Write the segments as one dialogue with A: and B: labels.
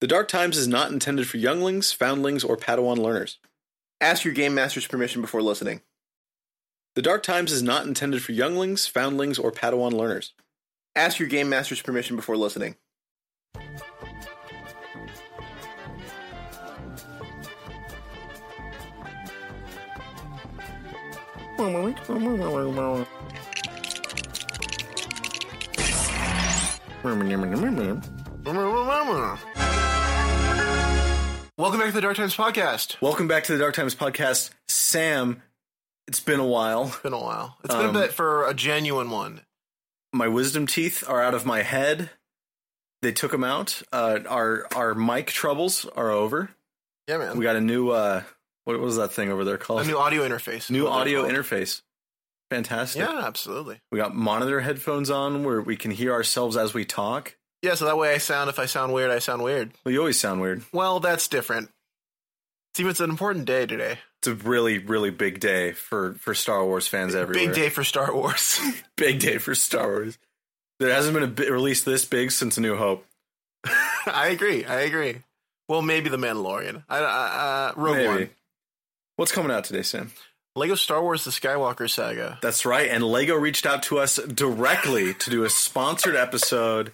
A: The Dark Times is not intended for younglings, foundlings, or Padawan learners.
B: Ask your game master's permission before listening.
A: The Dark Times is not intended for younglings, foundlings, or Padawan learners.
B: Ask your game master's permission before listening. Welcome back to the Dark Times podcast.
A: Welcome back to the Dark Times podcast. Sam, it's been a while.
B: It's been a while. It's been
A: Um,
B: a bit for a genuine one.
A: My wisdom teeth are out of my head. They took them out. Uh, our our mic troubles are over.
B: Yeah, man.
A: We got a new uh, what was that thing over there called?
B: a new audio interface. is
A: New
B: what they're
A: audio
B: called.
A: interface. Fantastic.
B: Yeah, absolutely.
A: We got monitor headphones on where we can hear ourselves as we talk.
B: Yeah, so that way I sound. If I sound weird, I sound weird.
A: Well, you always sound weird.
B: Well, that's different. Steve, it's an important day today.
A: It's a really, really big day for for Star Wars fans everywhere.
B: Big day for Star Wars.
A: big day for Star Wars. There hasn't been a bi- release this big since A New Hope.
B: I agree. I agree. Well, maybe the Mandalorian. I, I, uh, Rogue
A: Maybe.
B: One.
A: What's coming out today, Sam?
B: Lego Star Wars: The Skywalker Saga.
A: That's right. And Lego reached out to us directly to do a sponsored episode.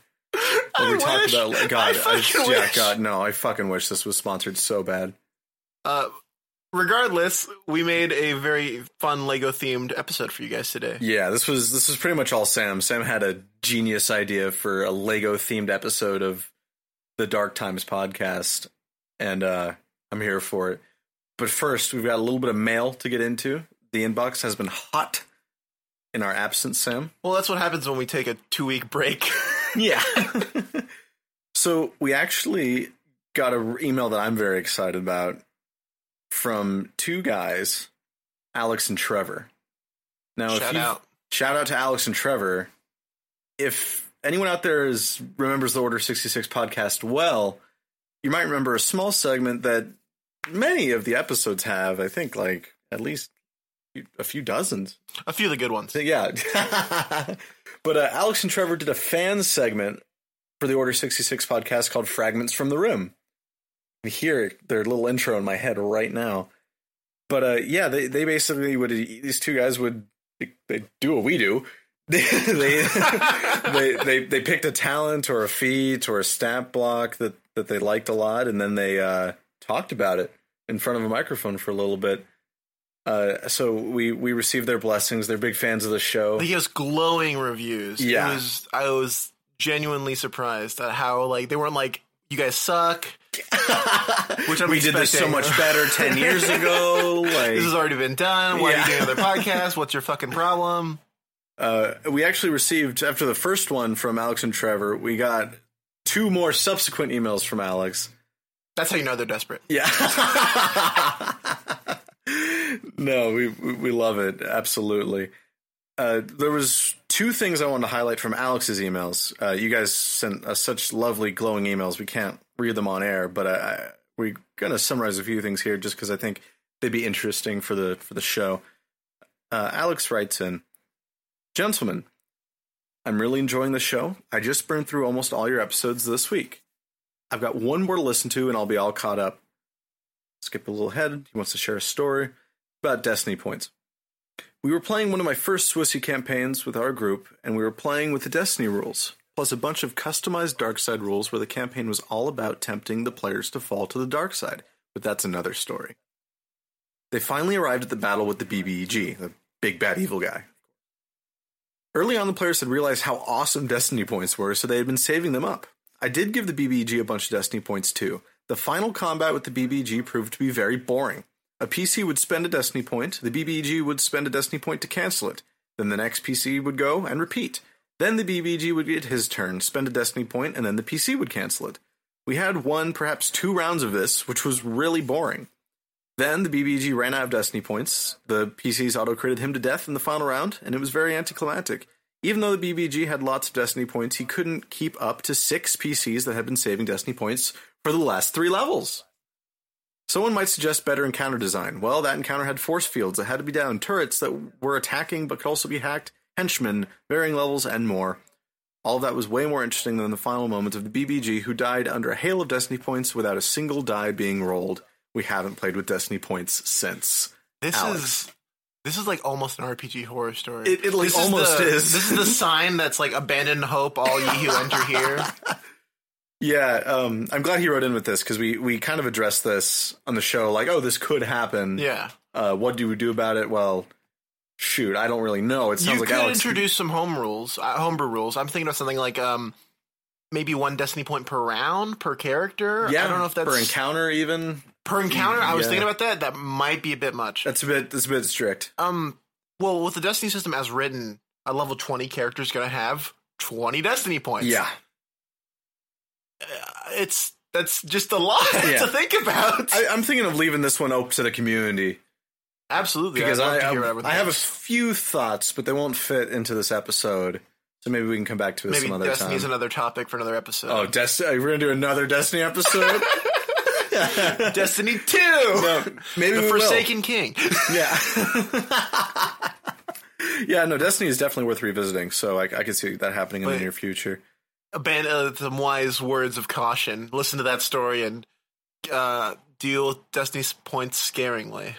A: where we talked about Le- God.
B: I fucking
A: yeah,
B: wish.
A: God, no. I fucking wish this was sponsored so bad.
B: Uh, regardless, we made a very fun Lego themed episode for you guys today.
A: Yeah, this was this was pretty much all Sam. Sam had a genius idea for a Lego themed episode of the Dark Times podcast, and uh, I'm here for it. But first, we've got a little bit of mail to get into. The inbox has been hot in our absence, Sam.
B: Well, that's what happens when we take a two week break.
A: Yeah. so we actually got an email that I'm very excited about from two guys, Alex and Trevor. Now, if
B: Shout
A: you've-
B: out.
A: shout out to Alex and Trevor. If anyone out there is remembers the Order 66 podcast well, you might remember a small segment that many of the episodes have, I think like at least a few dozens.
B: A few of the good ones.
A: So, yeah. but uh, Alex and Trevor did a fan segment for the Order 66 podcast called Fragments from the Room. I hear their little intro in my head right now. But uh, yeah, they, they basically would, these two guys would, they do what we do. they, they, they, they, they picked a talent or a feat or a stat block that, that they liked a lot, and then they uh, talked about it in front of a microphone for a little bit. Uh, so we we received their blessings. They're big fans of the show.
B: They gave us glowing reviews. It
A: Yeah.
B: was- I was genuinely surprised at how like they weren't like you guys suck. Which I'm
A: we did this so
B: expecting.
A: much better ten years ago. Like
B: This has already been done. Why are
A: Yeah.
B: you doing another podcast? What's your fucking problem?
A: uh, we actually received after the first one from Alex and Trevor, we got two more subsequent emails from Alex.
B: That's how you know they're desperate.
A: Yeah. no, we we we love it absolutely. Uh, there was two things I wanted to highlight from Alex's emails. Uh, you guys sent us such lovely, glowing emails. We can't read them on air, but I, I, we're gonna summarize a few things here, just because I think they'd be interesting for the for the show. Uh, Alex writes in, gentlemen, I'm really enjoying the show. I just burned through almost all your episodes this week. I've got one more to listen to, and I'll be all caught up. Skip a little ahead. He wants to share a story about Destiny points. We were playing one of my first Swissy campaigns with our group, and we were playing with the Destiny rules, plus a bunch of customized dark side rules where the campaign was all about tempting the players to fall to the dark side, but that's another story. They finally arrived at the battle with the BBEG, the big bad evil guy. Early on, the players had realized how awesome Destiny points were, so they had been saving them up. I did give the BBG a bunch of Destiny points too. The final combat with the BBG proved to be very boring. A PC would spend a Destiny point, the BBG would spend a Destiny point to cancel it. Then the next PC would go and repeat. Then the BBG would get his turn, spend a Destiny point, and then the PC would cancel it. We had one, perhaps two rounds of this, which was really boring. Then the BBG ran out of Destiny points. The PCs auto critted him to death in the final round, and it was very anticlimactic. Even though the BBG had lots of Destiny points, he couldn't keep up to six PCs that had been saving Destiny points for the last three levels. Someone might suggest better encounter design. Well, that encounter had force fields that had to be down, turrets that were attacking but could also be hacked, henchmen, varying levels, and more. All that was way more interesting than the final moments of the BBG, who died under a hail of Destiny points without a single die being rolled. We haven't played with Destiny points since.
B: This
A: Alex.
B: is this is like almost an RPG horror story.
A: It- it, like,
B: This
A: almost
B: the-
A: is.
B: This is the sign that's like abandon hope, all ye who enter here.
A: Yeah, um, I'm glad he wrote in with this because we we kind of addressed this on the show, like, oh, this could happen.
B: Yeah,
A: Uh, what do we do about it? Well, shoot, I don't really know. It sounds
B: you
A: like
B: could
A: Alex.
B: introduce some home rules, uh, homebrew rules. I'm thinking of something like um, maybe one destiny point per round per character.
A: yeah,
B: I don't know if that's
A: for encounter. Even
B: per encounter. I was
A: Yeah.
B: thinking about that. That might be a bit much.
A: that's a bit that's a bit strict.
B: Um, well, with the destiny system as written, a level 20 character is going to have 20 destiny points.
A: Yeah,
B: Uh, it's that's just a lot
A: Yeah.
B: to think about.
A: I, I'm thinking of leaving this one open to the community
B: Absolutely,
A: because
B: I'd love
A: I
B: to hear
A: I,
B: everything
A: I have a
B: else.
A: few thoughts, but they won't fit into this episode. So maybe we can come back to this
B: maybe
A: some other
B: destiny's
A: time.
B: another topic for another episode.
A: oh, Destiny! We're gonna do another Destiny episode.
B: Destiny Two,
A: No, maybe
B: the
A: we Oh. will.
B: Forsaken King.
A: Yeah. yeah, no, Destiny is definitely worth revisiting, so I, I can see that happening in the
B: But-
A: near future.
B: Ban- uh, some wise words of caution. Listen to that story and uh, deal with Destiny's points scaringly.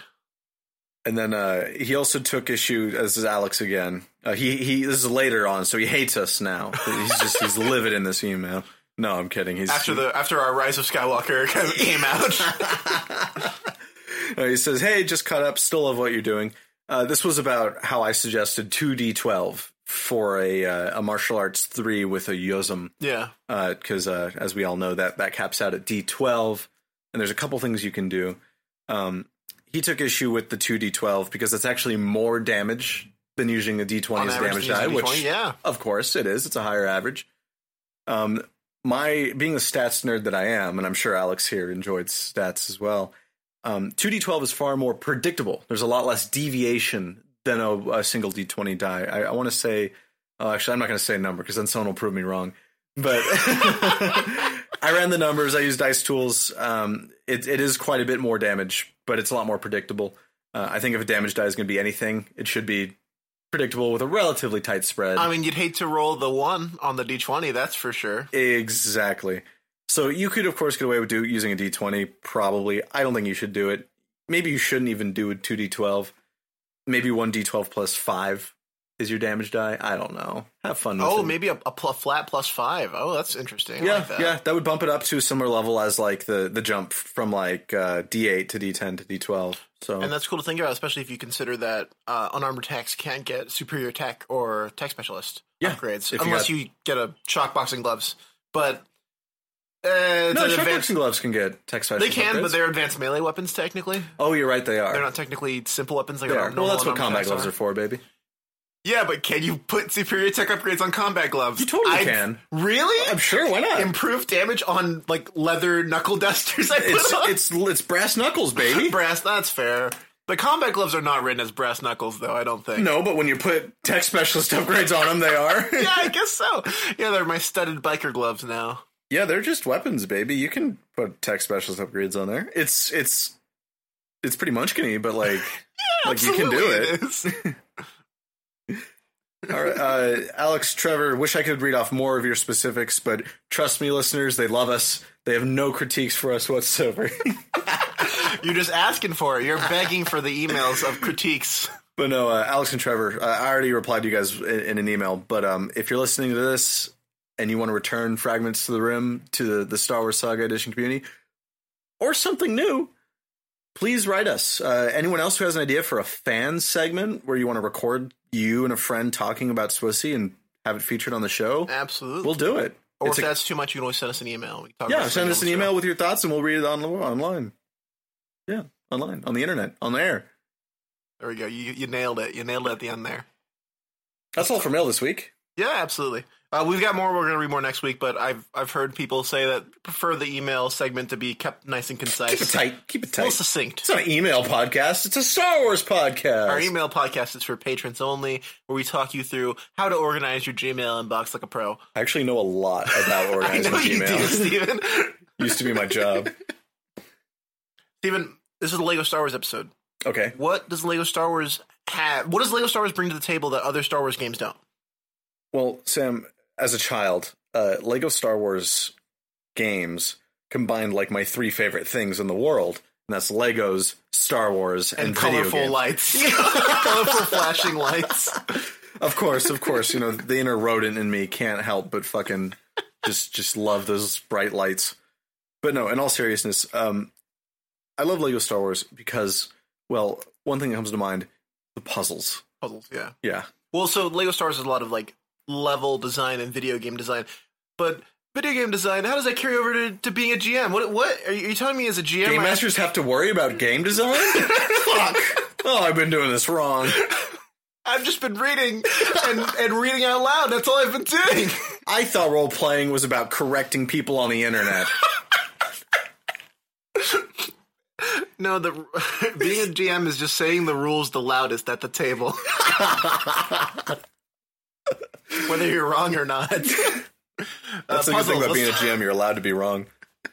A: And then uh, he also took issue. This is Alex again. Uh, he he. This is later on, so he hates us now. He's just he's livid in this email. No, I'm kidding. He's
B: After the after our Rise of Skywalker came out.
A: Uh, he says, "Hey, just cut up. Still love what you're doing." Uh, this was about how I suggested two D12 for a uh, a martial arts three with a yosum.
B: yeah.
A: because uh, as we all know that that caps out at D12, and there's a couple things you can do. Um, he took issue with the two D12 because it's actually more damage than using a D20
B: On
A: as a
B: average,
A: damage
B: these
A: die,
B: would be
A: which
B: 20, yeah.
A: of course it is. It's a higher average. Um, my being the stats nerd that I am, and I'm sure Alex here enjoyed stats as well. Um, 2d12 is far more predictable. There's a lot less deviation than a, a single d20 die. I, I want to say, oh, actually, I'm not going to say a number because then someone will prove me wrong. But I ran the numbers. I used dice tools. Um, it, it is quite a bit more damage, but it's a lot more predictable. Uh, I think if a damage die is going to be anything, it should be predictable with a relatively tight spread.
B: I mean, you'd hate to roll the one on the d20, that's for sure.
A: Exactly. So you could, of course, get away with do, using a d20. Probably, I don't think you should do it. Maybe you shouldn't even do a two d12. Maybe one d12 plus five is your damage die. I don't know. Have fun. With
B: Oh,
A: it.
B: maybe a, a pl- flat plus five. Oh, that's interesting. I
A: Yeah,
B: like that.
A: yeah, that would bump it up to a similar level as like the the jump from like uh, d8 to d10 to d12. So
B: And that's cool to think about, especially if you consider that uh, unarmored attacks can't get superior tech or tech specialist
A: Yeah,
B: upgrades
A: if you
B: unless
A: got-
B: you, get a shock boxing gloves. But uh, it's
A: no,
B: an
A: shotguns
B: advanced.
A: and gloves can get tech special.
B: They can, but
A: upgrades.
B: they're advanced melee weapons technically.
A: oh, you're right. They are.
B: They're not technically simple weapons. Like
A: They
B: our
A: are. Well,
B: normal
A: that's what
B: unarmored
A: combat
B: attacks
A: gloves
B: are.
A: are for, baby.
B: Yeah, but can you put superior tech upgrades on combat gloves?
A: You totally can.
B: Really?
A: I'm sure. Why not?
B: Improved damage on like leather knuckle dusters. I put
A: It's
B: on.
A: it's it's brass knuckles, baby.
B: brass. That's fair. The combat gloves are not written as brass knuckles, though. I don't think.
A: No, but when you put tech specialist upgrades on them, they are.
B: Yeah, I guess so. Yeah, they're my studded biker gloves now.
A: yeah, they're just weapons, baby. You can put tech specialist upgrades on there. It's it's it's pretty munchkiny, but like like you can do
B: Absolutely
A: it.
B: is.
A: All right, uh, Alex, Trevor. Wish I could read off more of your specifics, but trust me, listeners, they love us. They have no critiques for us whatsoever.
B: You're just asking for it. You're begging for the emails of critiques.
A: But no, uh, Alex and Trevor, uh, I already replied to you guys in, in an email. But um, if you're listening to this and you want to return fragments to the rim to the, the Star Wars Saga Edition community or something new, please write us. Uh, anyone else who has an idea for a fan segment where you want to record you and a friend talking about Swissy and have it featured on the show,
B: Absolutely.
A: we'll do it.
B: or if
A: It's a-
B: that's too much, you can always send us an email. We can talk
A: yeah,
B: about
A: send
B: it
A: us an
B: on the
A: email
B: show.
A: with your thoughts and we'll read it on, online. Yeah, online, on the internet, on the air.
B: There we go. You, you nailed it. You nailed it at the end there.
A: That's all for mail this week.
B: Yeah, absolutely. Uh, we've got more. We're going to read more next week, but I've I've heard people say that prefer the email segment to be kept nice and
A: Keep it
B: concise,
A: tight. Keep it
B: a
A: tight.
B: little succinct.
A: It's not an email podcast. It's a Star Wars podcast.
B: Our email podcast is for patrons only, where we talk you through how to organize your Gmail inbox like a pro.
A: I actually know a lot about
B: I
A: organizing
B: know you do,
A: Gmail.
B: Steven.
A: Used to be my job.
B: Steven, this is a Lego Star Wars episode.
A: Okay.
B: What does Lego Star Wars have? What does Lego Star Wars bring to the table that other Star Wars games don't?
A: Well, Sam, as a child, uh, Lego Star Wars games combined like my three favorite things in the world, and that's Legos, Star Wars, and,
B: and
A: video
B: colorful
A: games.
B: lights, colorful flashing lights.
A: Of course, of course, you know the inner rodent in me can't help but fucking just just love those bright lights. But no, in all seriousness, um, I love Lego Star Wars because, well, one thing that comes to mind: the puzzles.
B: Puzzles, yeah.
A: Yeah,
B: Well, so Lego Star Wars is a lot of like level design and video game design, but video game design. How does that carry over to, to being a GM? What? What are you, are you telling me as a GM?
A: game
B: I-
A: masters have to worry about game design. Fuck! Oh, I've been doing this wrong.
B: I've just been reading and, and reading out loud. That's all I've been doing.
A: I thought role playing was about correcting people on the internet.
B: No, the being a GM is just saying the rules the loudest at the table, whether you're wrong or not.
A: That's
B: Uh,
A: the good thing
B: puzzles.
A: about being a GM. You're allowed to be wrong.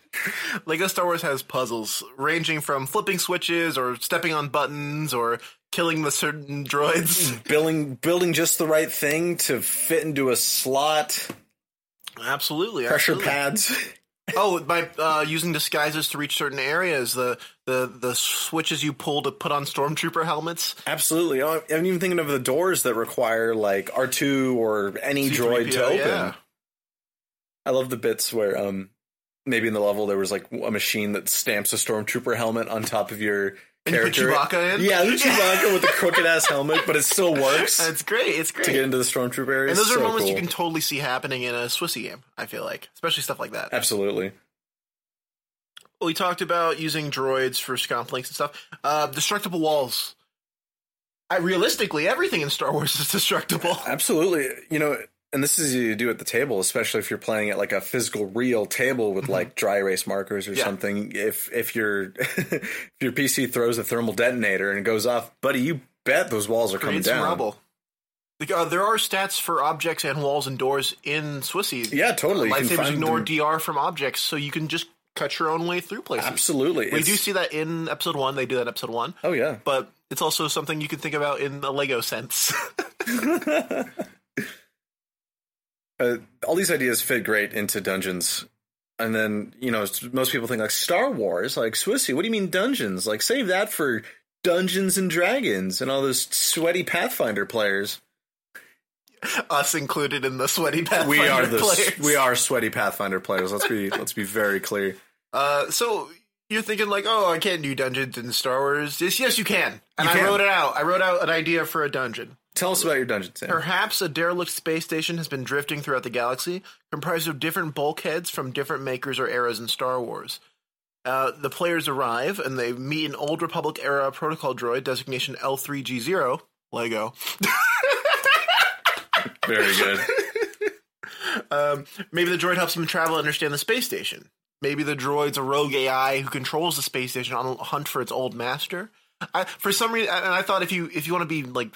B: Lego Star Wars has puzzles ranging from flipping switches or stepping on buttons or killing the certain droids.
A: Building building just the right thing to fit into a slot.
B: Absolutely,
A: Hmm. Pressure
B: absolutely.
A: pads.
B: Oh, by uh, using disguises to reach certain areas, the the the switches you pull to put on stormtrooper helmets.
A: Absolutely. Oh, I'm even thinking of the doors that require like R2 or any droid to
B: C-3PO,
A: open.
B: yeah.
A: I love the bits where um maybe in the level there was like a machine that stamps a stormtrooper helmet on top of your
B: And you put
A: character.
B: Chewbacca in?
A: Yeah, the Chewbacca with the crooked ass helmet, but it still works
B: It's great. It's great.
A: to get into the stormtrooper area.
B: And those are
A: So
B: moments you
A: cool.
B: can totally see happening in a Swissy game, I feel like. Especially stuff like that.
A: Absolutely.
B: We talked about using droids for scomplinks and stuff. Uh, destructible walls. I, realistically, everything in Star Wars is destructible.
A: Absolutely. You know, and this is you do at the table, especially if you're playing at like a physical real table with like dry erase markers or
B: Mm-hmm. Yeah.
A: something. If if your if your PC throws a thermal detonator and it goes off, buddy, you bet those walls are coming
B: Create
A: down.
B: some rubble. Like, uh, there are stats for objects and walls and doors in Swissy.
A: Yeah, totally. You can
B: Lightsabers
A: find
B: ignore
A: them-
B: DR from objects, so you can just cut your own way through places.
A: Absolutely.
B: We
A: It's-
B: do see that in episode one. They do that in episode one.
A: Oh yeah.
B: But it's also something you can think about in a Lego sense.
A: uh, all these ideas fit great into dungeons. And then, you know, most people think like Star Wars, like Swissy, what do you mean dungeons? Like save that for Dungeons and Dragons and all those sweaty Pathfinder players.
B: Us included in the sweaty Pathfinder
A: we are the
B: players.
A: we are sweaty Pathfinder players. Let's be let's be very clear.
B: Uh, so you're thinking like, oh, I can't do dungeons in Star Wars. Yes, yes, you can. And
A: You
B: I
A: can.
B: wrote it out. I wrote out an idea for a dungeon.
A: Tell us about your dungeon, Sam.
B: Perhaps a derelict space station has been drifting throughout the galaxy, comprised of different bulkheads from different makers or eras in Star Wars. Uh, the players arrive and they meet an old Republic era protocol droid designation L3G0, Lego,
A: Very good.
B: Um, maybe the droid helps them travel and understand the space station. Maybe the droid's a rogue AI who controls the space station on a hunt for its old master. I, for some reason, and I thought if you if you want to be like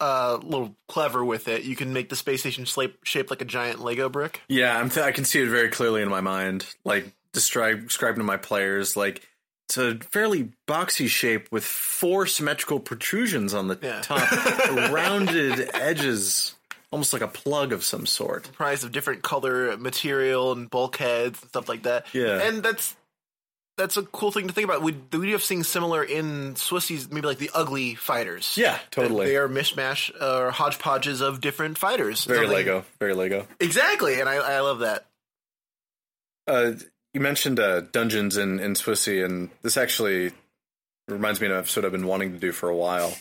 B: uh, a little clever with it, you can make the space station sla- shaped like a giant Lego brick.
A: Yeah, I'm th- I can see it very clearly in my mind. Like describe describing to my players like it's a fairly boxy shape with four symmetrical protrusions on the
B: Yeah.
A: top, rounded edges, almost like a plug of some sort.
B: comprised of different color material and bulkheads and stuff like that.
A: Yeah.
B: and that's that's a cool thing to think about. We we do have things similar in Swissies, maybe like the ugly fighters.
A: Yeah, totally.
B: They are mishmash uh, or hodgepodges of different fighters.
A: very
B: Something-
A: Lego. Very Lego.
B: Exactly, and I, I love that.
A: Uh, you mentioned uh, dungeons in in Swissy, and this actually reminds me of an episode I've been wanting to do for a while.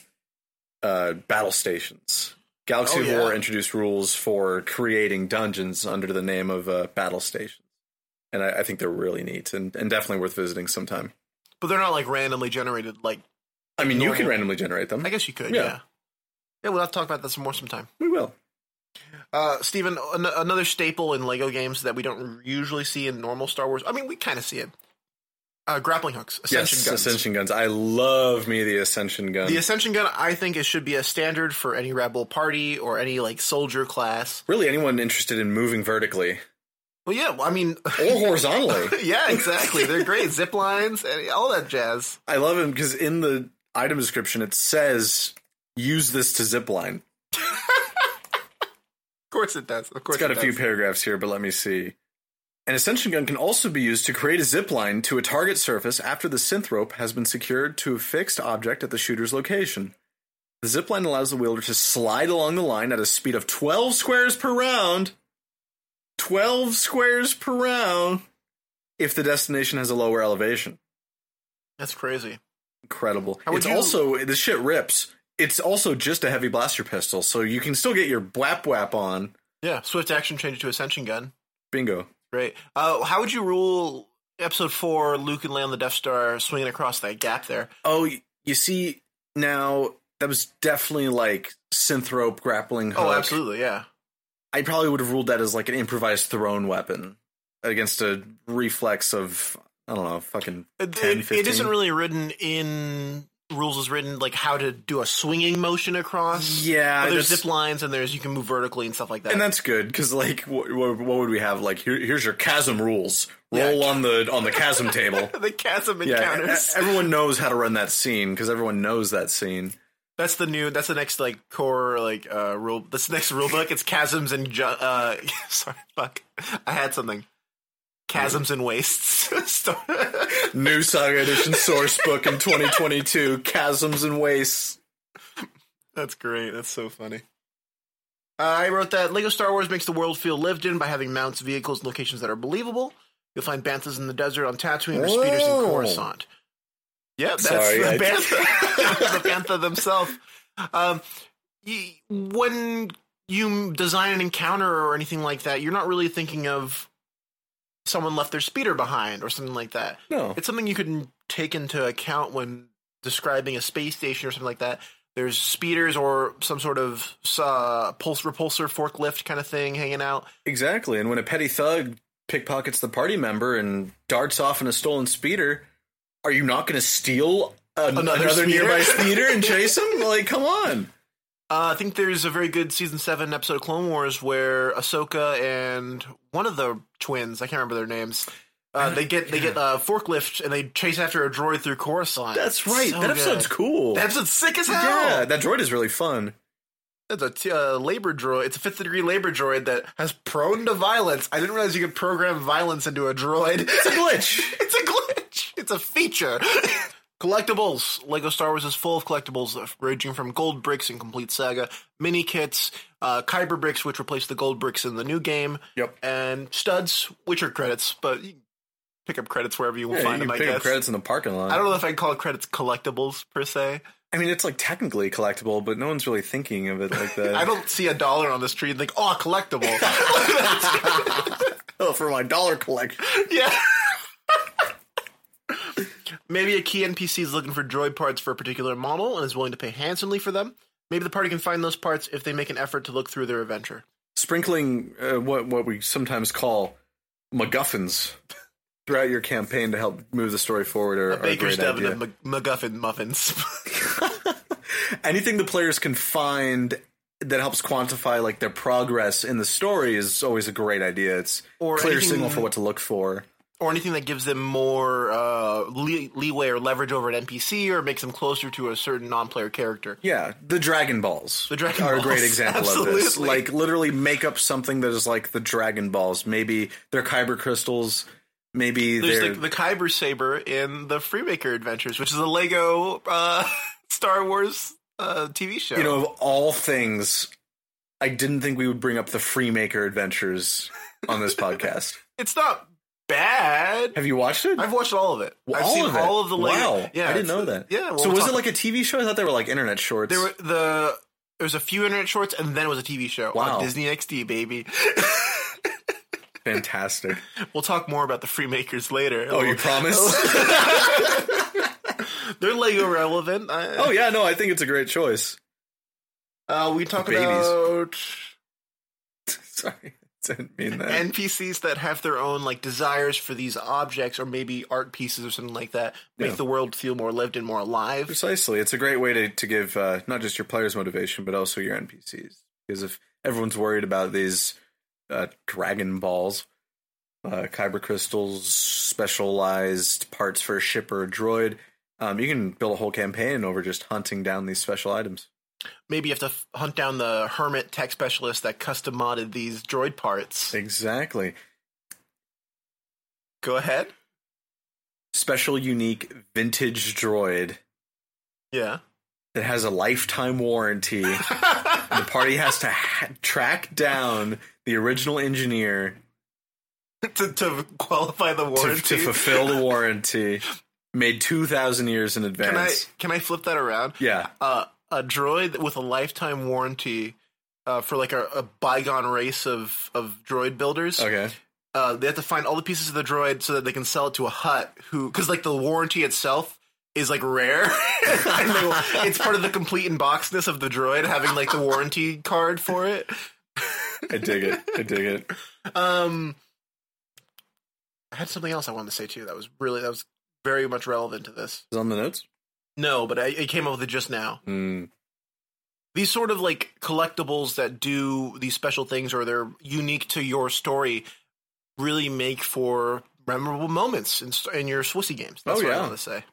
A: Uh, battle stations. Galaxy
B: Oh,
A: of
B: yeah.
A: War introduced rules for creating dungeons under the name of uh, battle stations, and I, I think they're really neat and, and definitely worth visiting sometime.
B: But they're not like randomly generated. Like
A: I mean, you can
B: Normal.
A: randomly generate them.
B: I guess you could.
A: Yeah.
B: Yeah. yeah. we'll have to talk about that some more sometime.
A: we will.
B: Uh, Steven, an- another staple in Lego games that we don't usually see in normal Star Wars. I mean, we kind of see it. Uh, grappling hooks, ascension
A: yes,
B: guns.
A: ascension guns. I love me the ascension gun.
B: The ascension gun, I think, it should be a standard for any rebel party or any like soldier class.
A: really, anyone interested in moving vertically
B: Well, yeah, well, I mean,
A: or horizontally?
B: yeah, exactly. They're great zip lines and all that jazz.
A: I love him because in the item description it says use this to zipline.
B: course it does. Of course
A: It's got
B: it
A: a few
B: does.
A: paragraphs here, but let me see. An ascension gun can also be used to create a zip line to a target surface after the synth rope has been secured to a fixed object at the shooter's location. The zip line allows the wielder to slide along the line at a speed of 12 squares per round. 12 squares per round if the destination has a lower elevation.
B: That's crazy.
A: Incredible.
B: How would
A: it's
B: you-
A: also, this shit rips. It's also just a heavy blaster pistol, so you can still get your blap whap on.
B: Yeah, swift action change it to ascension gun.
A: Bingo.
B: Great. Uh, how would you rule episode four? Luke and Leia on the Death Star swinging across that gap there.
A: Oh, y- you see, now that was definitely like synthrope grappling hook.
B: Oh, absolutely. Yeah.
A: I probably would have ruled that as like an improvised thrown weapon against a reflex of I don't know, fucking
B: It-
A: 10,
B: it- it
A: 15.
B: isn't really written in rules. Is written like how to do a swinging motion across.
A: yeah.
B: But there's
A: that's-
B: zip lines and there's you can move vertically and stuff like that.
A: and that's good because like what, what would we have? Like here, here's your chasm rules.
B: Yeah.
A: Roll on the on the chasm table.
B: the chasm
A: Yeah, e-
B: encounters.
A: everyone knows how to run that scene because everyone knows that scene.
B: That's the new. That's the next like core like uh rule. This next rule book. It's chasms and ju- uh. Sorry, fuck. I had something. Chasms and wastes. Stop.
A: New Saga Edition source book in 2022. Chasms and wastes.
B: that's great. That's so funny. Uh, I wrote that Lego Star Wars makes the world feel lived in by having mounts, vehicles, and locations that are believable. You'll find banthas in the desert on Tatooine or speeders in
A: Whoa.
B: Coruscant. Yeah, that's
A: Sorry,
B: the
A: I-
B: bantha. the bantha themselves. Um, y- when you design an encounter or anything like that, you're not really thinking of someone left their speeder behind or something like that.
A: No.
B: It's something you can take into account when describing a space station or something like that. There's speeders or some sort of uh, pulse repulsor forklift kind of thing hanging out.
A: Exactly. And when a petty thug pickpockets the party member and darts off in a stolen speeder, are you not going to steal an,
B: Another
A: another,
B: speeder?
A: nearby speeder and chase him? Like, come on.
B: Uh, I think there's a very good season seven episode of Clone Wars where Ahsoka and one of the twins, I can't remember their names, uh, they get they get uh, forklift and they chase after a droid through Coruscant.
A: That's right.
B: So
A: that episode's
B: good.
A: cool.
B: That episode's sick as hell.
A: yeah, that droid is really fun.
B: That's a t- uh, labor droid. It's a fifth degree labor droid that has prone to violence. I didn't realize you could program violence into a droid.
A: It's a glitch.
B: it's a glitch. It's a feature. collectibles. Lego Star Wars is full of collectibles uh, ranging from gold bricks in Complete Saga, mini kits, uh, Kyber bricks, which replace the gold bricks in the new game,
A: Yep.
B: and studs, which are credits, but you can pick up credits wherever you
A: Yeah,
B: find
A: you can
B: them, I
A: pick up
B: guess.
A: credits in the parking lot.
B: I don't know if I'd call credits collectibles per se.
A: I mean, it's like technically collectible, but no one's really thinking of it like that.
B: I don't see a dollar on the street and think, oh, a collectible.
A: oh, for my dollar collection.
B: yeah. Maybe a key NPC is looking for droid parts for a particular model and is willing to pay handsomely for them. Maybe the party can find those parts if they make an effort to look through their adventure.
A: sprinkling uh, what what we sometimes call MacGuffins throughout your campaign to help move the story forward are, are a
B: Baker's
A: great
B: dozen
A: idea.
B: of Mc- MacGuffin muffins.
A: Anything the players can find that helps quantify like their progress in the story is always a great idea. It's
B: Or
A: clear
B: anything-
A: signal for what to look for.
B: or anything that gives them more uh, lee- leeway or leverage over an NPC or makes them closer to a certain non player character.
A: Yeah, the Dragon Balls.
B: The Dragon
A: are
B: Balls,
A: a great example of this.
B: absolutely.
A: Like literally make up something that is like the Dragon Balls. Maybe they're kyber crystals. Maybe
B: There's
A: they're
B: the, the Kyber Saber in the Freemaker Adventures, which is a Lego uh, Star Wars uh, TV show.
A: you know, of all things, I didn't think we would bring up the Freemaker adventures on this podcast.
B: it's not bad.
A: Have you watched it?
B: I've watched all of it.
A: Well,
B: I've seen
A: it.
B: all of the Lego.
A: Wow,
B: yeah,
A: I didn't
B: it's-
A: know that.
B: Yeah. well,
A: so
B: we'll
A: was
B: talk-
A: it like a TV show? I thought they were like internet shorts.
B: there were the there was a few internet shorts and then it was a TV show
A: Wow.
B: on Disney XD, baby.
A: fantastic.
B: we'll talk more about the Freemakers later.
A: Oh, you promise?
B: Oh. They're Lego relevant. I,
A: oh yeah, no, I think it's a great choice.
B: uh, we talk
A: Babies.
B: about
A: Sorry, I didn't mean that.
B: NPCs that have their own like desires for these objects or maybe art pieces or something like that. Make
A: Yeah.
B: the world feel more lived and more alive.
A: Precisely, it's a great way to to give uh, not just your players motivation, but also your NPCs. Because if everyone's worried about these uh, Dragon Balls, uh, Kyber crystals, specialized parts for a ship or a droid, um, you can build a whole campaign over just hunting down these special items.
B: maybe you have to f- hunt down the hermit tech specialist that custom modded these droid parts.
A: Exactly.
B: Go ahead.
A: Special, unique, vintage droid
B: Yeah.
A: that has a lifetime warranty. the party has to ha- track down the original engineer
B: to, to qualify the
A: to,
B: warranty.
A: to fulfill the warranty. Made two thousand years in
B: can I
A: advance.
B: can I flip that around?
A: yeah,
B: Uh, a droid with a lifetime warranty uh, for like a, a bygone race of of droid builders.
A: okay.
B: uh, they have to find all the pieces of the droid so that they can sell it to a hut who because like the warranty itself is like rare And they will- it's part of the complete inboxedness of the droid having like the warranty card for it
A: I dig it. I dig it.
B: um i had something else i wanted to say too that was really that was very much relevant to this
A: Is it on the notes?
B: no but i it came up with it just now
A: Mm,
B: these sort of like collectibles that do these special things or they're unique to your story really make for memorable moments in, st- in your Swissy games. That's
A: Oh,
B: what I
A: yeah.
B: want to say.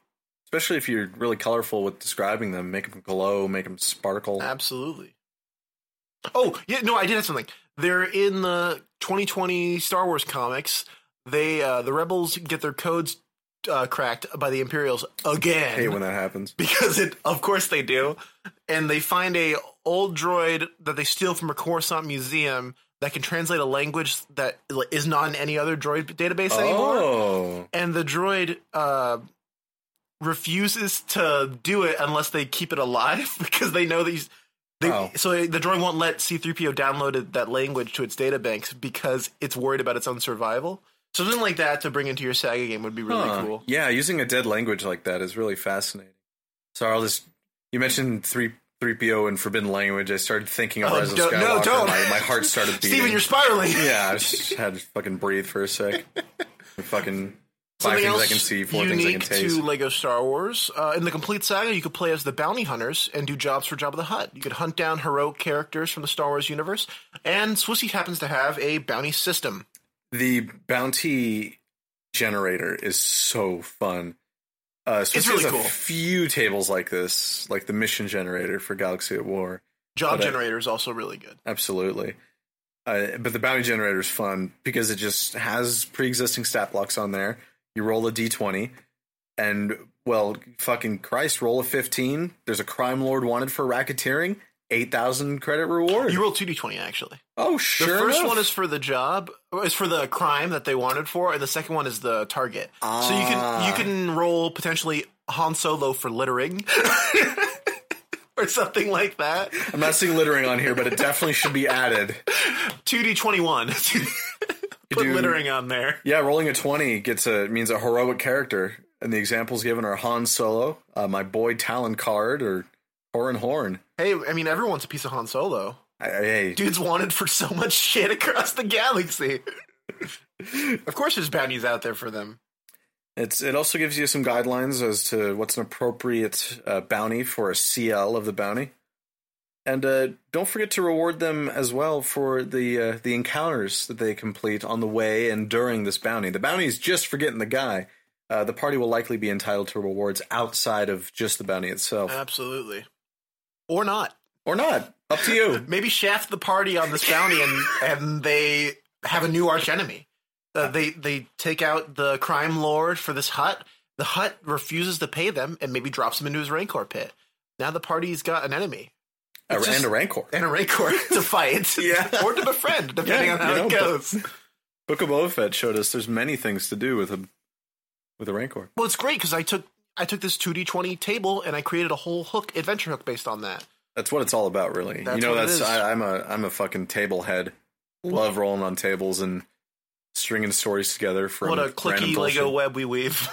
A: especially if you're really colorful with describing them, make them glow, make them sparkle.
B: Absolutely. Oh, yeah, no, I did have something. They're in the 2020 Star Wars comics. They uh, the rebels get their codes uh, cracked by the Imperials again.
A: I hate when that happens.
B: because it of course they do and they find a old droid that they steal from a Coruscant museum that can translate a language that is not in any other droid database anymore
A: Oh,
B: and the droid uh refuses to do it unless they keep it alive because they know these they,
A: Oh.
B: so the droid won't let C3PO download it- that language to its databanks because it's worried about its own survival. Something like that to bring into your Saga game would be really
A: Huh.
B: cool.
A: Yeah, using a dead language like that is really fascinating. So I'll just you mentioned three three PO and forbidden language. I started thinking of
B: Oh,
A: Rise of
B: don't-
A: Skywalker.
B: no, don't.
A: My, my heart started beating.
B: Steven, you're spiraling.
A: yeah, I just had to fucking breathe for a sec. fucking five
B: Something
A: things
B: else
A: I can see, four
B: unique
A: things I can taste.
B: to Lego Star Wars. Uh, in the complete saga, you could play as the bounty hunters and do jobs for Jabba the Hutt. You could hunt down heroic characters from the Star Wars universe. And Swissy happens to have a bounty system.
A: the bounty generator is so fun. Uh, so
B: It's really
A: there's
B: cool.
A: A few tables like this, like the mission generator for Galaxy at War.
B: Job
A: But I-
B: generator is also really good.
A: Absolutely. Uh, but the bounty generator is fun because it just has pre-existing stat blocks on there. You roll a d20, and well, fucking Christ, roll a 15. There's a crime lord wanted for racketeering. 8,000 credit reward.
B: You roll 2d20, actually.
A: oh,
B: The
A: sure.
B: first
A: enough.
B: one is for the job, uh, is for the crime that they wanted for, and the second one is the target. So you can
A: Ah.
B: you can roll potentially Han Solo for littering. Or something like that.
A: I'm not seeing littering on here, but it definitely should be added.
B: Two D twenty one. Put
A: do-
B: littering on there.
A: Yeah, rolling a twenty gets a means a heroic character, and the examples given are Han Solo, uh, my boy Talon Card, or Corin Horn.
B: Hey, I mean, everyone's a piece of Han Solo.
A: I, I- hey,
B: Dude's wanted for so much shit across the galaxy. of course, there's bounties out there for them.
A: it's it also gives you some guidelines as to what's an appropriate uh, bounty for a CL of the bounty, and uh, don't forget to reward them as well for the uh, the encounters that they complete on the way and during this bounty. The bounty is just for getting the guy. Uh, the party will likely be entitled to rewards outside of just the bounty itself,
B: Absolutely. Or not.
A: or not. Up to you.
B: Maybe shaft the party on this bounty and, and they have a new archenemy. Uh, they, they take out the crime lord for this hut. The hut refuses to pay them and maybe drops him into his rancor pit. Now the party's got an enemy
A: A,
B: It's just-
A: Uh, and a rancor.
B: and a rancor to fight.
A: Yeah.
B: or to befriend, depending
A: Yeah,
B: on
A: you
B: how it
A: know, but-
B: goes.
A: Book of Boba Fett showed us there's many things to do with a with a rancor.
B: Well, it's great because I took I took this two d twenty table and I created a whole hook adventure hook based on that.
A: That's what it's all about, really.
B: That's
A: you know,
B: what it
A: that's
B: is.
A: I, I'm a I'm a fucking table head. Love rolling on tables and stringing stories together from
B: what a
A: random
B: clicky
A: bullshit.
B: Lego web we weave.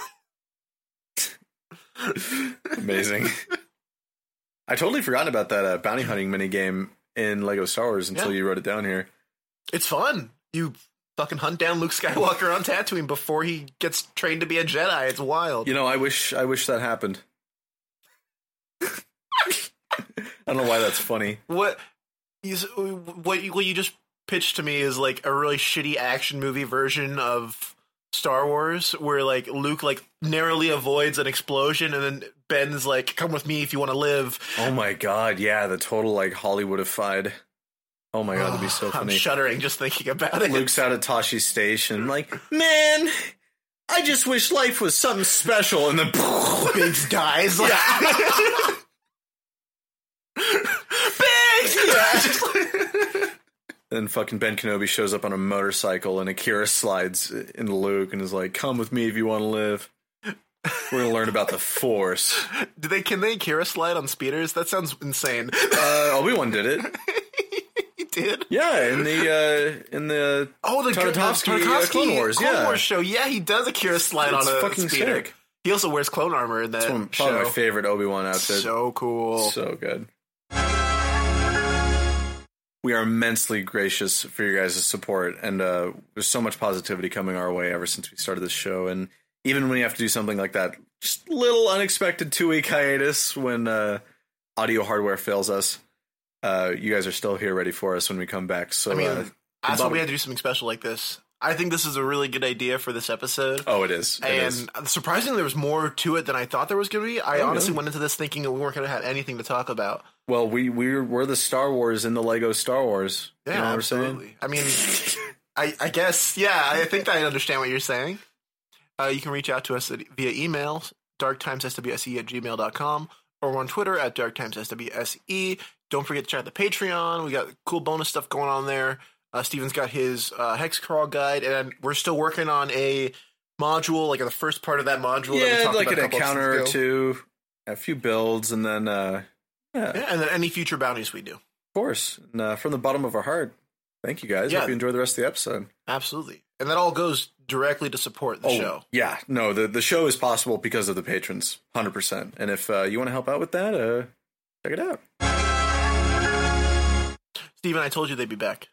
A: Amazing. I totally forgot about that uh, bounty hunting mini game in Lego Star Wars until
B: Yeah.
A: you wrote it down here.
B: it's fun. You fucking hunt down Luke Skywalker on Tatooine before he gets trained to be a Jedi. It's wild.
A: You know, I wish I wish that happened. I don't know why that's funny.
B: What you s- what you, what you just pitched to me is like a really shitty action movie version of Star Wars where like Luke like narrowly avoids an explosion and then Ben's like, "Come with me if you want to live."
A: Oh my god, yeah, the total like Hollywoodified. Oh my god, that'd be so
B: I'm
A: funny.
B: shuddering just thinking about it.
A: Luke's out at Toshi's station, like, man, I just wish life was something special, and then
B: Biggs dies. Like, Biggs. Just like-
A: then fucking Ben Kenobi shows up on a motorcycle, and Akira slides into Luke and is like, "Come with me if you want to live. We're gonna learn about the Force."
B: Do they can they Kira slide on speeders? That sounds insane.
A: Uh, Obi Wan did it,
B: he did.
A: yeah, in the uh, in the
B: Oh, the
A: Tartakovsky,
B: the
A: uh, Clone Wars,
B: Clone
A: yeah.
B: Wars show. Yeah, he does a Kira slide
A: it's
B: on a
A: fucking
B: speeder.
A: sick.
B: He also wears clone armor in that
A: It's one, probably my
B: show.
A: favorite Obi Wan outfit.
B: So cool.
A: So good. We are immensely gracious for your guys' support, and uh, there's so much positivity coming our way ever since we started this show. And even when you have to do something like that, just little unexpected two week hiatus when uh, audio hardware fails us, uh, you guys are still here ready for us when we come back. So,
B: I mean,
A: uh,
B: that's why
A: bottom-
B: we had to do something special like this. I think this is a really good idea for this episode.
A: oh, it is. It is.
B: and surprisingly, there was more to it than I thought there was going to be. I
A: Oh,
B: honestly
A: really?
B: went into this thinking that we weren't going to have anything to talk about.
A: Well, we we're, we're the Star Wars in the Lego Star Wars.
B: Yeah,
A: you know what
B: absolutely. I mean, I, I guess, yeah, I think I understand what you're saying. Uh, you can reach out to us at, via email, darktimesswse at gmail.com, or on Twitter at darktimesswse. Don't forget to check out the Patreon. We got cool bonus stuff going on there. Uh, Steven's got his uh, hex crawl guide, and we're still working on a module, like the first part of that module. that we
A: yeah,
B: talked
A: like
B: about
A: an
B: a couple
A: encounter or
B: episodes ago.
A: two, a few builds, and then uh, yeah,
B: Yeah, and then any future bounties we do.
A: of course, and, uh, from the bottom of our heart, thank you guys.
B: Yeah.
A: Hope you enjoy the rest of the episode. Oh,
B: Absolutely. And that all goes directly to support the show.
A: yeah, no, the the show is possible because of the patrons, hundred percent. And if uh, you want to help out with that, uh, check it out.
B: Steven, I told you they'd be back.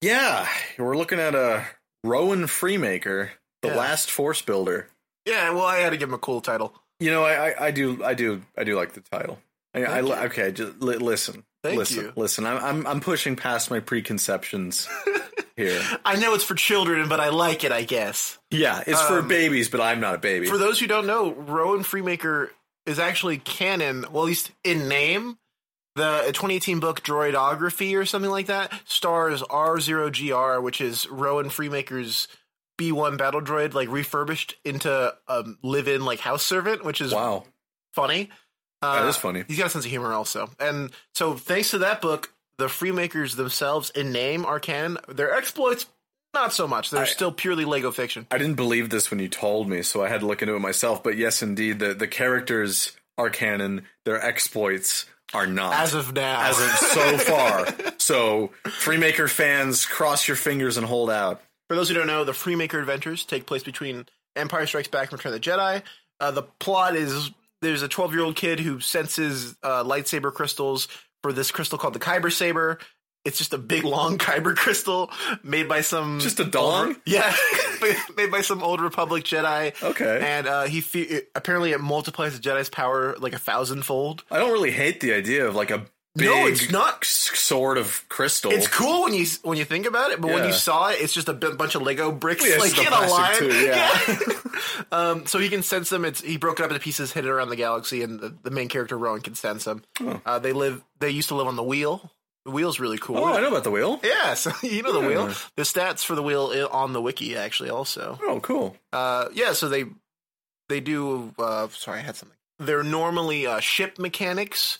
A: Yeah, we're looking at a Rowan Freemaker, the
B: Yeah.
A: last Force Builder.
B: Yeah, well, I had to give him a cool title.
A: You know, I, I, I do, I do, I do like the title. I, I
B: Thank
A: li-
B: you.
A: okay, just li- listen,
B: Thank
A: listen,
B: you.
A: listen. I'm, I'm, I'm pushing past my preconceptions here.
B: I know it's for children, but I like it, I guess.
A: Yeah, it's for
B: Um,
A: babies, but I'm not a baby.
B: For those who don't know, Rowan Freemaker is actually canon, well, at least in name. The 2018 book Droidography or something like that stars R0GR, which is Rowan Freemaker's B1 battle droid, like refurbished into a live in like house servant, which is
A: wow,
B: funny. Uh,
A: that is funny.
B: He's got a sense of humor also. And so thanks to that book, the Freemakers themselves in name are canon. Their exploits, not so much. They're
A: I-
B: still purely Lego fiction.
A: I didn't believe this when you told me, so I had to look into it myself. But yes, indeed, the the characters are canon. Their exploits are not.
B: As of now.
A: As of so far, so Freemaker fans, cross your fingers and hold out.
B: For those who don't know, the Freemaker adventures take place between Empire Strikes Back and Return of the Jedi. Uh, the plot is there's a 12 year old kid who senses uh, lightsaber crystals for this crystal called the Kyber Saber. It's just a big long Kyber crystal made by some
A: Just a dong?
B: yeah, made by some old Republic Jedi.
A: Okay,
B: and uh, he fe- it- apparently it multiplies the Jedi's power like a thousandfold.
A: I don't really hate the idea of like a big
B: No, it's not.
A: s- sword of crystal.
B: It's cool when you s- when you think about it, but when
A: Yeah.
B: you saw it, it's just a b- bunch of Lego bricks
A: Yeah, it's
B: like
A: just
B: in
A: a
B: a line.
A: plastic tube, yeah.
B: Yeah. um, so he can sense them. It's he broke it up into pieces, hid it around the galaxy, and the, the main character Rowan can sense them.
A: Oh.
B: Uh, they live. They used to live on the wheel. The wheel's really cool.
A: Oh, I know about the wheel.
B: Yeah, so you know the
A: Yeah.
B: wheel. The stats for the wheel i- on the wiki actually also.
A: Oh, cool.
B: uh yeah so they they do uh sorry i had something they're normally uh ship mechanics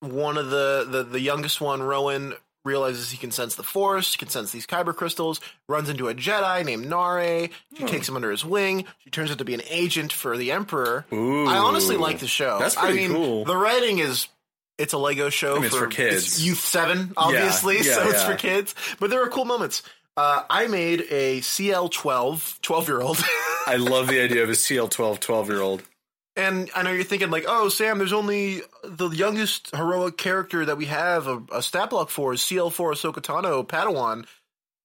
B: one of the the, the youngest one rowan realizes he can sense the force can sense these kyber crystals runs into a jedi named nare she
A: Hmm.
B: takes him under his wing she turns out to be an agent for the emperor
A: Ooh,
B: i honestly like the show
A: That's
B: I
A: pretty
B: mean,
A: cool.
B: the writing is it's a lego show
A: mean, it's for kids.
B: youth 7 obviously
A: yeah,
B: so it's
A: yeah.
B: for kids but there are cool moments uh, I made a CL12, 12 year old.
A: I love the idea of a CL12 12 year old.
B: And I know you're thinking like, oh, Sam, there's only the youngest heroic character that we have a, a stat block for is CL4 Ahsoka Tano Padawan.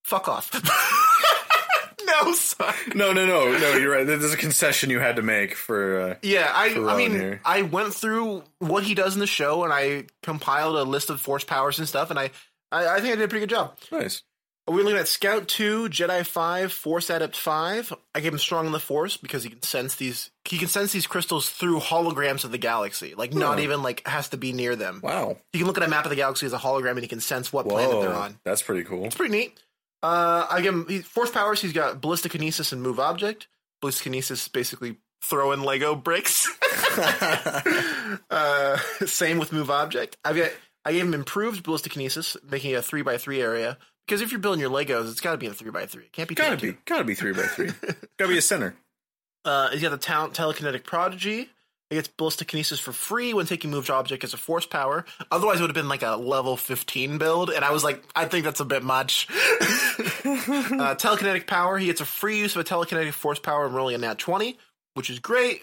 B: Fuck off. no, sorry.
A: No, no, no, no. You're right. There's a concession you had to make for. Uh,
B: Yeah, I, I
A: Thrown
B: mean,
A: here.
B: I went through what he does in the show, and I compiled a list of force powers and stuff, and I, I, I think I did a pretty good job.
A: nice.
B: Are we looking at Scout 2, Jedi 5, Force Adept 5? I gave him strong in the Force because he can sense these he can sense these crystals through holograms of the galaxy. Like not
A: Hmm.
B: even like has to be near them.
A: Wow.
B: He can look at a map of the galaxy as a hologram and he can sense what planet they're on.
A: That's pretty cool.
B: It's pretty neat. Uh, I give him he, force powers. He's got ballistic kinesis and move object. Ballistic kinesis is basically throwing Lego bricks. uh, same with move object. I've got I gave him improved ballistic kinesis, making it a three by three area. Because if you're building your Legos, it's got to be in three by three. It can't be.
A: gotta
B: 2x2.
A: be gotta be three by three. gotta be a center.
B: Uh, he's got the talent telekinetic prodigy. It gets ballistic kinesis for free when taking moved object as a force power. Otherwise, it would have been like a level fifteen build, and I was like, I think that's a bit much. uh, telekinetic power. He gets a free use of a telekinetic force power and rolling a nat twenty, which is great.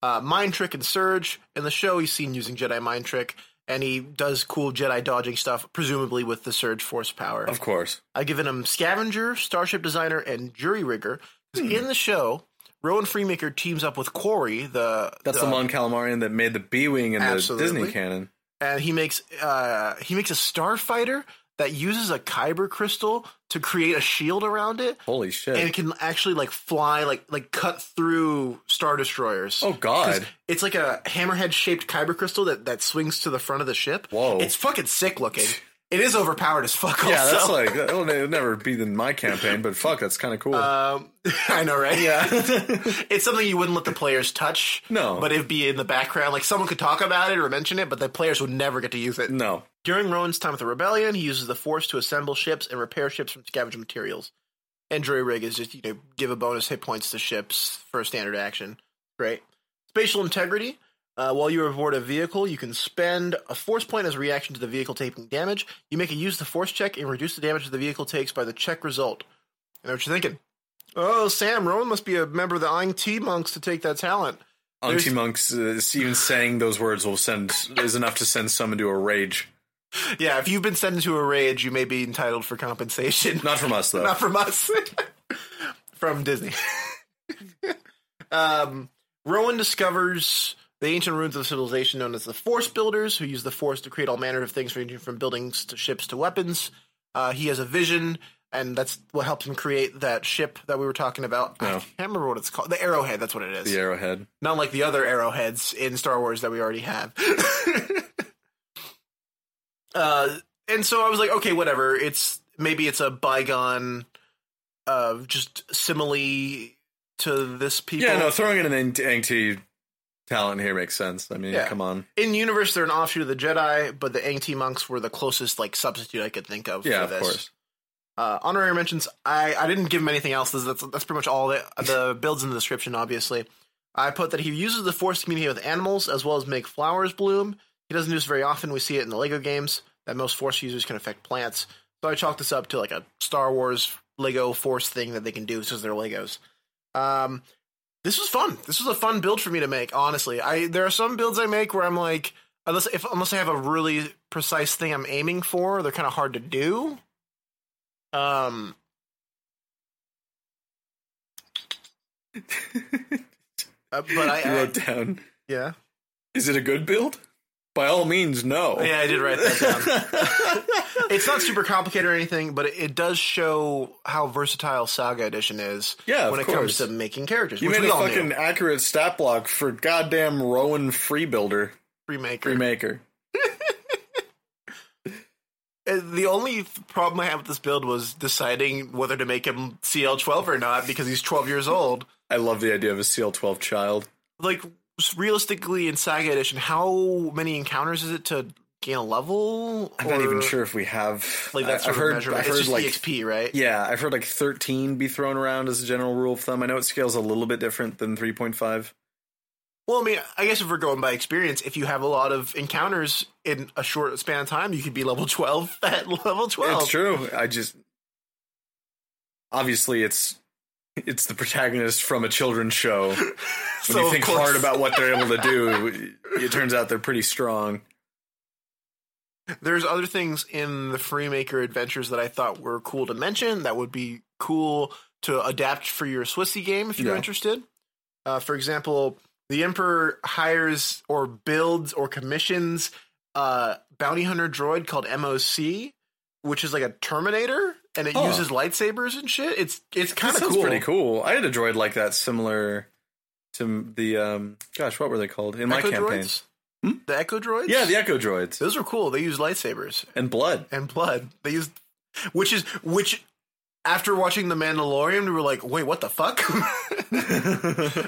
B: Uh, mind trick and surge in the show. He's seen using Jedi mind trick, and he does cool Jedi dodging stuff, presumably with the surge force power.
A: Of course.
B: I've given him Scavenger, Starship Designer, and Jury Rigger. 'Cause
A: Hmm.
B: In the show, Rowan Freemaker teams up with Corey, the
A: That's the Mon Calamarian that made the B Wing in
B: Absolutely.
A: the Disney canon.
B: and he makes uh, he makes a starfighter that uses a kyber crystal to create a shield around it,
A: Holy shit.
B: and it can actually like fly like like cut through star destroyers.
A: oh
B: 'Cause
A: god.
B: It's like a hammerhead shaped kyber crystal that, that swings to the front of the ship.
A: Whoa.
B: It's fucking sick looking. It is overpowered as fuck.
A: Yeah, that's
B: also.
A: like it'll, it'll never be in my campaign, but fuck, that's kind of cool.
B: Um, I know, right?
A: yeah.
B: it's something you wouldn't let the players touch.
A: No.
B: But it'd be in the background. Like someone could talk about it or mention it, but the players would never get to use it.
A: no.
B: During Rowan's time with the rebellion, he uses the force to assemble ships and repair ships from scavenged materials. And Drury Rig is just, you know, give a bonus hit points to ships for a standard action. Great. Spatial integrity. Uh, while you're aboard a vehicle, you can spend a force point as a reaction to the vehicle taking damage. You make a use the force check and reduce the damage the vehicle takes by the check result. I know what you're thinking. Oh, Sam, Rowan must be a member of the Aang T monks to take that talent. There's-
A: Auntie monks uh, even saying those words will send is enough to send someone to a rage.
B: Yeah, if you've been sent into a rage, you may be entitled for compensation.
A: Not from us though.
B: not from us from disney um, rowan discovers the ancient ruins of civilization known as the force builders who use the force to create all manner of things ranging from buildings to ships to weapons uh, he has a vision and that's what helped him create that ship that we were talking about i
A: Yeah.
B: can't remember what it's called the arrowhead that's what it is
A: The arrowhead.
B: not like the other arrowheads in Star Wars that we already have. uh, and so I was like, okay, whatever. It's maybe it's a bygone, uh, just simile to this people.
A: Yeah, no, throwing in an Auntie talent here makes sense. I mean,
B: Yeah.
A: come on.
B: In universe, they're an offshoot of the Jedi, but the Aang-T monks were the closest like substitute I could think of.
A: Yeah,
B: for
A: of
B: this.
A: course.
B: Uh, honorary mentions. I, I didn't give him anything else. That's that's pretty much all the the builds in the description. Obviously, I put that he uses the force to communicate with animals as well as make flowers bloom. He doesn't do this very often. We see it in the Lego games that most force users can affect plants. So I chalked this up to like a Star Wars Lego force thing that they can do since they're Legos. Um, this was fun. This was a fun build for me to make. Honestly, I there are some builds I make where I'm like, unless if unless I have a really precise thing I'm aiming for, they're kind of hard to do. Um, uh, but I,
A: You
B: I
A: wrote down.
B: yeah
A: Is it a good build? By all means, no.
B: yeah I did write that down. it's not super complicated or anything, but it, it does show how versatile Saga Edition is
A: Yeah, of
B: when it comes
A: course.
B: to making characters.
A: you
B: which
A: made
B: we
A: a
B: all
A: fucking
B: knew.
A: accurate stat block for goddamn Rowan Freebuilder
B: Remaker.
A: Freemaker.
B: Uh, The only th- problem I had with this build was deciding whether to make him CL12 or not because he's 12 years old.
A: I love the idea of a CL12 child.
B: Like, s- realistically, in Saga Edition, how many encounters is it to gain a level?
A: I'm not even
B: Or,
A: sure if we have
B: Like,
A: I-
B: that sort
A: I've
B: of
A: heard,
B: measurement.
A: I've
B: it's
A: heard like
B: just the XP, right?
A: yeah, I've heard like 13 be thrown around as a general rule of thumb. I know it scales a little bit different than 3.5.
B: Well, I mean, I guess if we're going by experience, if you have a lot of encounters in a short span of time, you could be level 12 at level 12.
A: It's true. I just obviously it's it's the protagonist from a children's show. When
B: So,
A: you
B: of
A: think
B: course-
A: hard about what they're able to do, it turns out they're pretty strong.
B: There's other things in the Freemaker adventures that I thought were cool to mention that would be cool to adapt for your Swissy game if you're
A: Yeah.
B: interested. Uh, for example, the Emperor hires or builds or commissions a bounty hunter droid called MOC, which is like a Terminator and it
A: Huh.
B: uses lightsabers and shit. It's it's kind
A: That
B: of
A: sounds
B: cool.
A: pretty cool. I had a droid like that, similar to the um. Gosh, what were they called in my
B: Echo
A: campaign?
B: droids? The Echo droids?
A: Yeah, the Echo droids
B: those are cool. They use lightsabers
A: and blood.
B: and blood. They use which is which after watching The Mandalorian, we were like, "Wait, what the fuck?"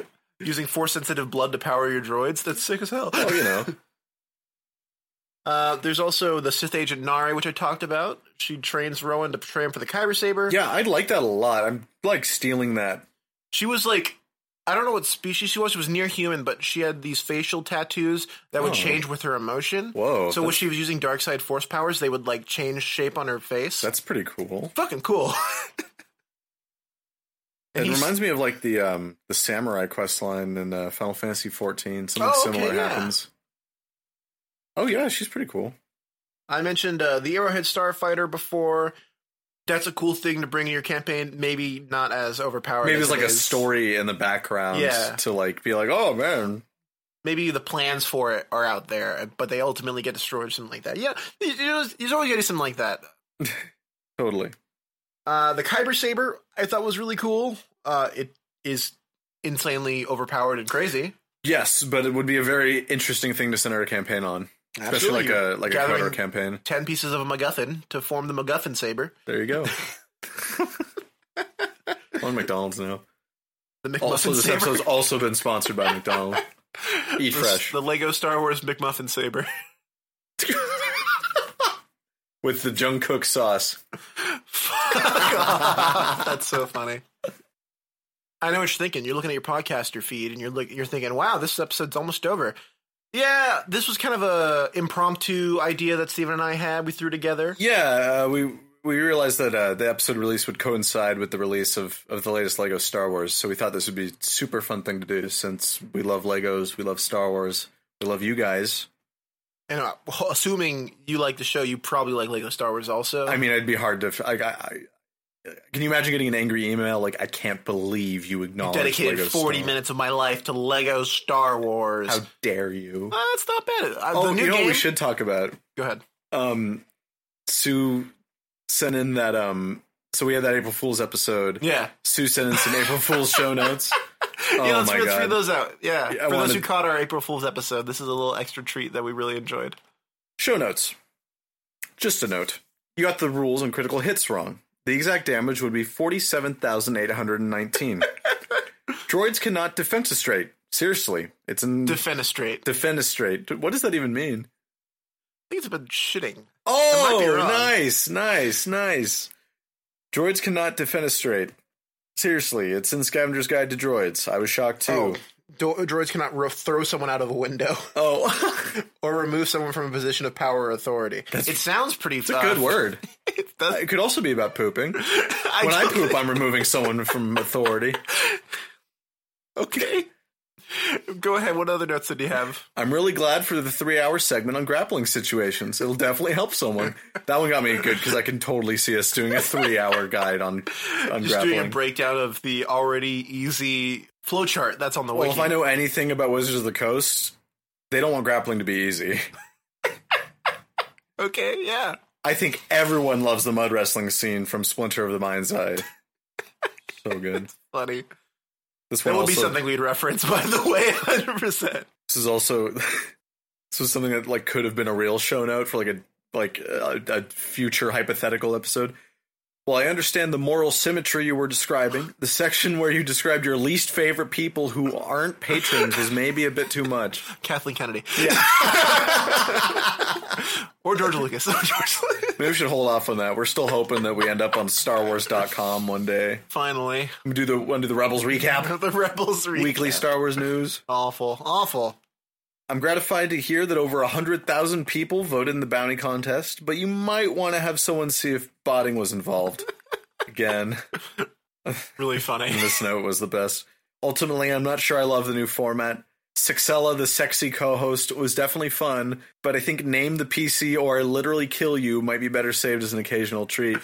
A: Oh,
B: Using force sensitive blood to power your droids? That's sick as hell.
A: Oh, you know.
B: Uh, there's also the Sith agent Nari, which I talked about. She trains Rowan to train for the Kyber saber.
A: Yeah, I like that a lot. I'm like stealing that.
B: She was like, I don't know what species she was. She was near human, but she had these facial tattoos that would
A: Oh.
B: change with her emotion.
A: Whoa,
B: So when she was using dark side force powers, they would like change shape on her face.
A: That's pretty cool.
B: fucking cool.
A: It
B: he's-
A: reminds me of like the um the samurai quest line in uh, Final Fantasy 14. Something
B: Oh, okay,
A: similar
B: yeah.
A: happens. Oh yeah, she's pretty cool.
B: I mentioned uh, the Arrowhead Starfighter before. That's a cool thing to bring in your campaign. Maybe not as overpowered.
A: Maybe
B: as
A: it's like
B: it
A: a
B: is.
A: story in the background
B: Yeah.
A: to like be like, oh man,
B: Maybe the plans for it are out there, but they ultimately get destroyed, or something like that. Yeah, you- you know, there's always getting something like that.
A: totally.
B: Uh, the Kyber Saber I thought was really cool. Uh, it is insanely overpowered and crazy.
A: Yes, but it would be a very interesting thing to center a campaign on, especially like a like a cover
B: Gathering
A: campaign.
B: ten pieces of a MacGuffin to form the MacGuffin saber.
A: There you go. on McDonald's now.
B: The McMuffin
A: Also, this
B: saber.
A: episode's also been sponsored by McDonald's. Eat
B: The-
A: fresh.
B: The Lego Star Wars McMuffin saber.
A: with the Jungkook sauce.
B: Fuck off. That's so funny. I know what you're thinking. You're looking at your podcaster feed and you're look, you're thinking, "Wow, this episode's almost over." Yeah, this was kind of a impromptu idea that Steven and I had. We threw together.
A: Yeah, uh, we we realized that uh, the episode release would coincide with the release of of the latest Lego Star Wars, so we thought this would be a super fun thing to do since we love Legos, we love Star Wars, we love you guys.
B: And uh, assuming you like the show, you probably like Lego Star Wars also.
A: I mean, it'd be hard to like. I, I, can you imagine getting an angry email like, "I can't believe you acknowledged
B: dedicated
A: Lego
B: 40
A: Star-
B: minutes of my life to Lego Star Wars.
A: How dare you?"
B: Uh, it's not bad. Uh,
A: oh,
B: the new
A: you know
B: game.
A: what we should talk about?
B: Go ahead.
A: um Sue sent in that um so we had that April Fool's episode.
B: Yeah.
A: Sue sent in some April Fool's show notes. Oh
B: yeah, let's,
A: my
B: let's
A: God.
B: read those out. Yeah.
A: Yeah, I
B: For those who
A: wanted-
B: caught our April Fool's episode, this is a little extra treat that we really enjoyed.
A: Show notes. Just a note. You got the rules on critical hits wrong. The exact damage would be 47,819. Droids cannot defenestrate. Seriously, it's an
B: Defenestrate.
A: defenestrate. What does that even mean?
B: I think it's been shitting.
A: Oh,
B: might be wrong.
A: nice, nice, nice. Droids cannot defenestrate. Seriously, it's in Scavenger's Guide to Droids. I was shocked too.
B: Do- Oh. droids cannot ro- throw someone out of a window
A: Oh,
B: or remove someone from a position of power or authority. it sounds pretty. It's
A: a good word.
B: does-
A: It could also be about pooping. When I poop, I'm removing someone from authority.
B: okay. Go ahead. What other notes did you have?
A: I'm really glad for the three hour segment on grappling situations. It'll definitely help someone. That one got me good because I can totally see us doing a three hour guide on, on
B: Just
A: grappling.
B: doing a breakdown of the already easy flowchart that's on the
A: well,
B: wiki.
A: if I know anything about Wizards of the Coast, they don't want grappling to be easy.
B: okay, yeah.
A: I think everyone loves the mud wrestling scene from Splinter of the Mind's Eye. so good.
B: Funny.
A: This
B: That
A: one
B: would be
A: also-
B: something we'd reference, by the way, 100%.
A: This is also this was something that like could have been a real show note for like a like a, a future hypothetical episode. Well, I understand the moral symmetry you were describing. The section where you described your least favorite people who aren't patrons is maybe a bit too much.
B: Kathleen Kennedy. Yeah. or George Lucas. Or George Lucas.
A: Maybe we should hold off on that. We're still hoping that we end up on StarWars.com one day.
B: Finally.
A: We do the we do the Rebels recap,
B: The Rebels recap.
A: weekly Star Wars news.
B: Awful. Awful.
A: I'm gratified to hear that over 100,000 people voted in the bounty contest, but you might want to have someone see if botting was involved. Again,
B: Really funny.
A: this note was the best. Ultimately, I'm not sure I love the new format. Sixella, the sexy co host, was definitely fun, but I think Name the PC or I Literally Kill You might be better saved as an occasional treat.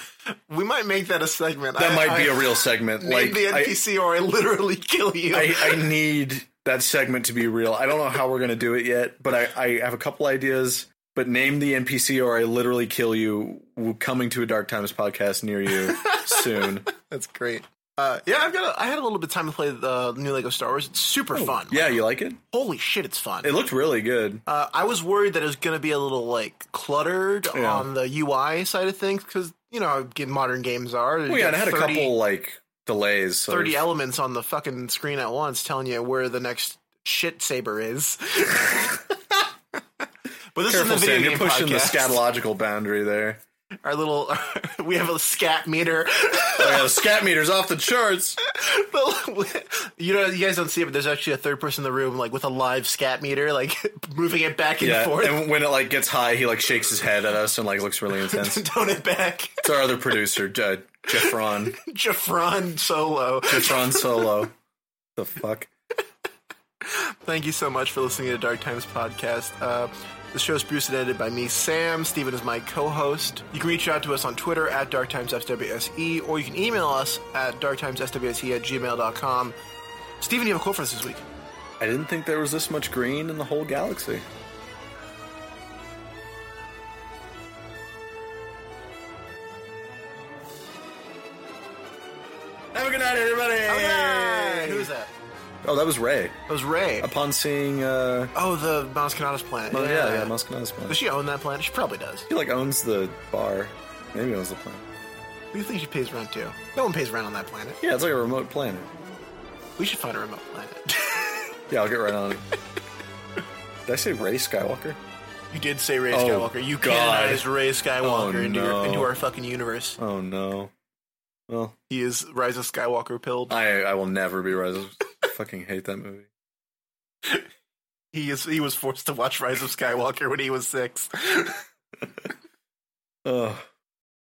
B: we might make that a segment.
A: That
B: I-
A: might be a
B: I-
A: real segment.
B: Name
A: Like,
B: the
A: I,
B: NPC or I literally kill you.
A: I, I need that segment to be real. I don't know how we're going to do it yet, but I, I have a couple ideas. but name the NPC or I literally kill you. We're Coming to a Dark Times podcast near you soon.
B: That's great. Uh, yeah, I've got. A, I had a little bit of time to play the new Lego Star Wars. It's super fun.
A: Oh, Yeah, you like it?
B: Holy shit, it's fun.
A: It looked really good.
B: uh, I was worried that it was going to be a little like cluttered
A: Yeah.
B: on the UI side of things because you know how g- modern games are.
A: Well, Oh, yeah, and it had a couple like delays. So
B: thirty elements on the fucking screen at once, telling you where the next shit saber is. but this
A: careful,
B: is the video
A: Sam.
B: game
A: You're pushing
B: podcast.
A: the scatological boundary there.
B: Our little, we have a scat meter.
A: Oh, yeah, the scat meter's off the charts.
B: But, you know, you guys don't see it, but there's actually a third person in the room, like with a live scat meter, like moving it back and
A: Yeah,
B: forth.
A: and when it like gets high, he like shakes his head at us and like looks really intense. It's
B: Tone it back.
A: our other producer, uh, Jeffron.
B: Jafron Solo.
A: Jeffron Solo. The fuck.
B: Thank you so much for listening to Dark Times Podcast. Uh, the show is produced and edited by me, Sam. Steven is my co host. You can reach out to us on Twitter at DarkTimesFWSE, E, or you can email us at DarkTimesFWSE E at gmail.com. Steven, you have a quote for us this week.
A: I didn't think there was this much green in the whole galaxy. Have a good night, everybody.
B: Who is that?
A: Oh, that was Ray.
B: That was Ray.
A: Upon seeing, uh,
B: Oh, the Mons Kanata's planet.
A: oh, yeah, yeah, Mos Kanata's
B: Does
A: planet.
B: she own that planet? She probably does.
A: He like owns the bar. Maybe owns the planet.
B: Who do you think she pays rent to? No one pays rent on that planet.
A: Yeah, it's like a remote planet.
B: We should find a remote planet.
A: Yeah, I'll get right on it. Did I say Ray Skywalker?
B: you did say Ray
A: Oh,
B: Skywalker. You
A: God.
B: canonized Ray Skywalker
A: Oh,
B: into, your,
A: no.
B: into our fucking universe.
A: Oh no. Well,
B: He is Rise of Skywalker pilled.
A: I I will never be Rise. of- I fucking hate that movie.
B: He is. He was forced to watch Rise of Skywalker when he was six.
A: Ugh.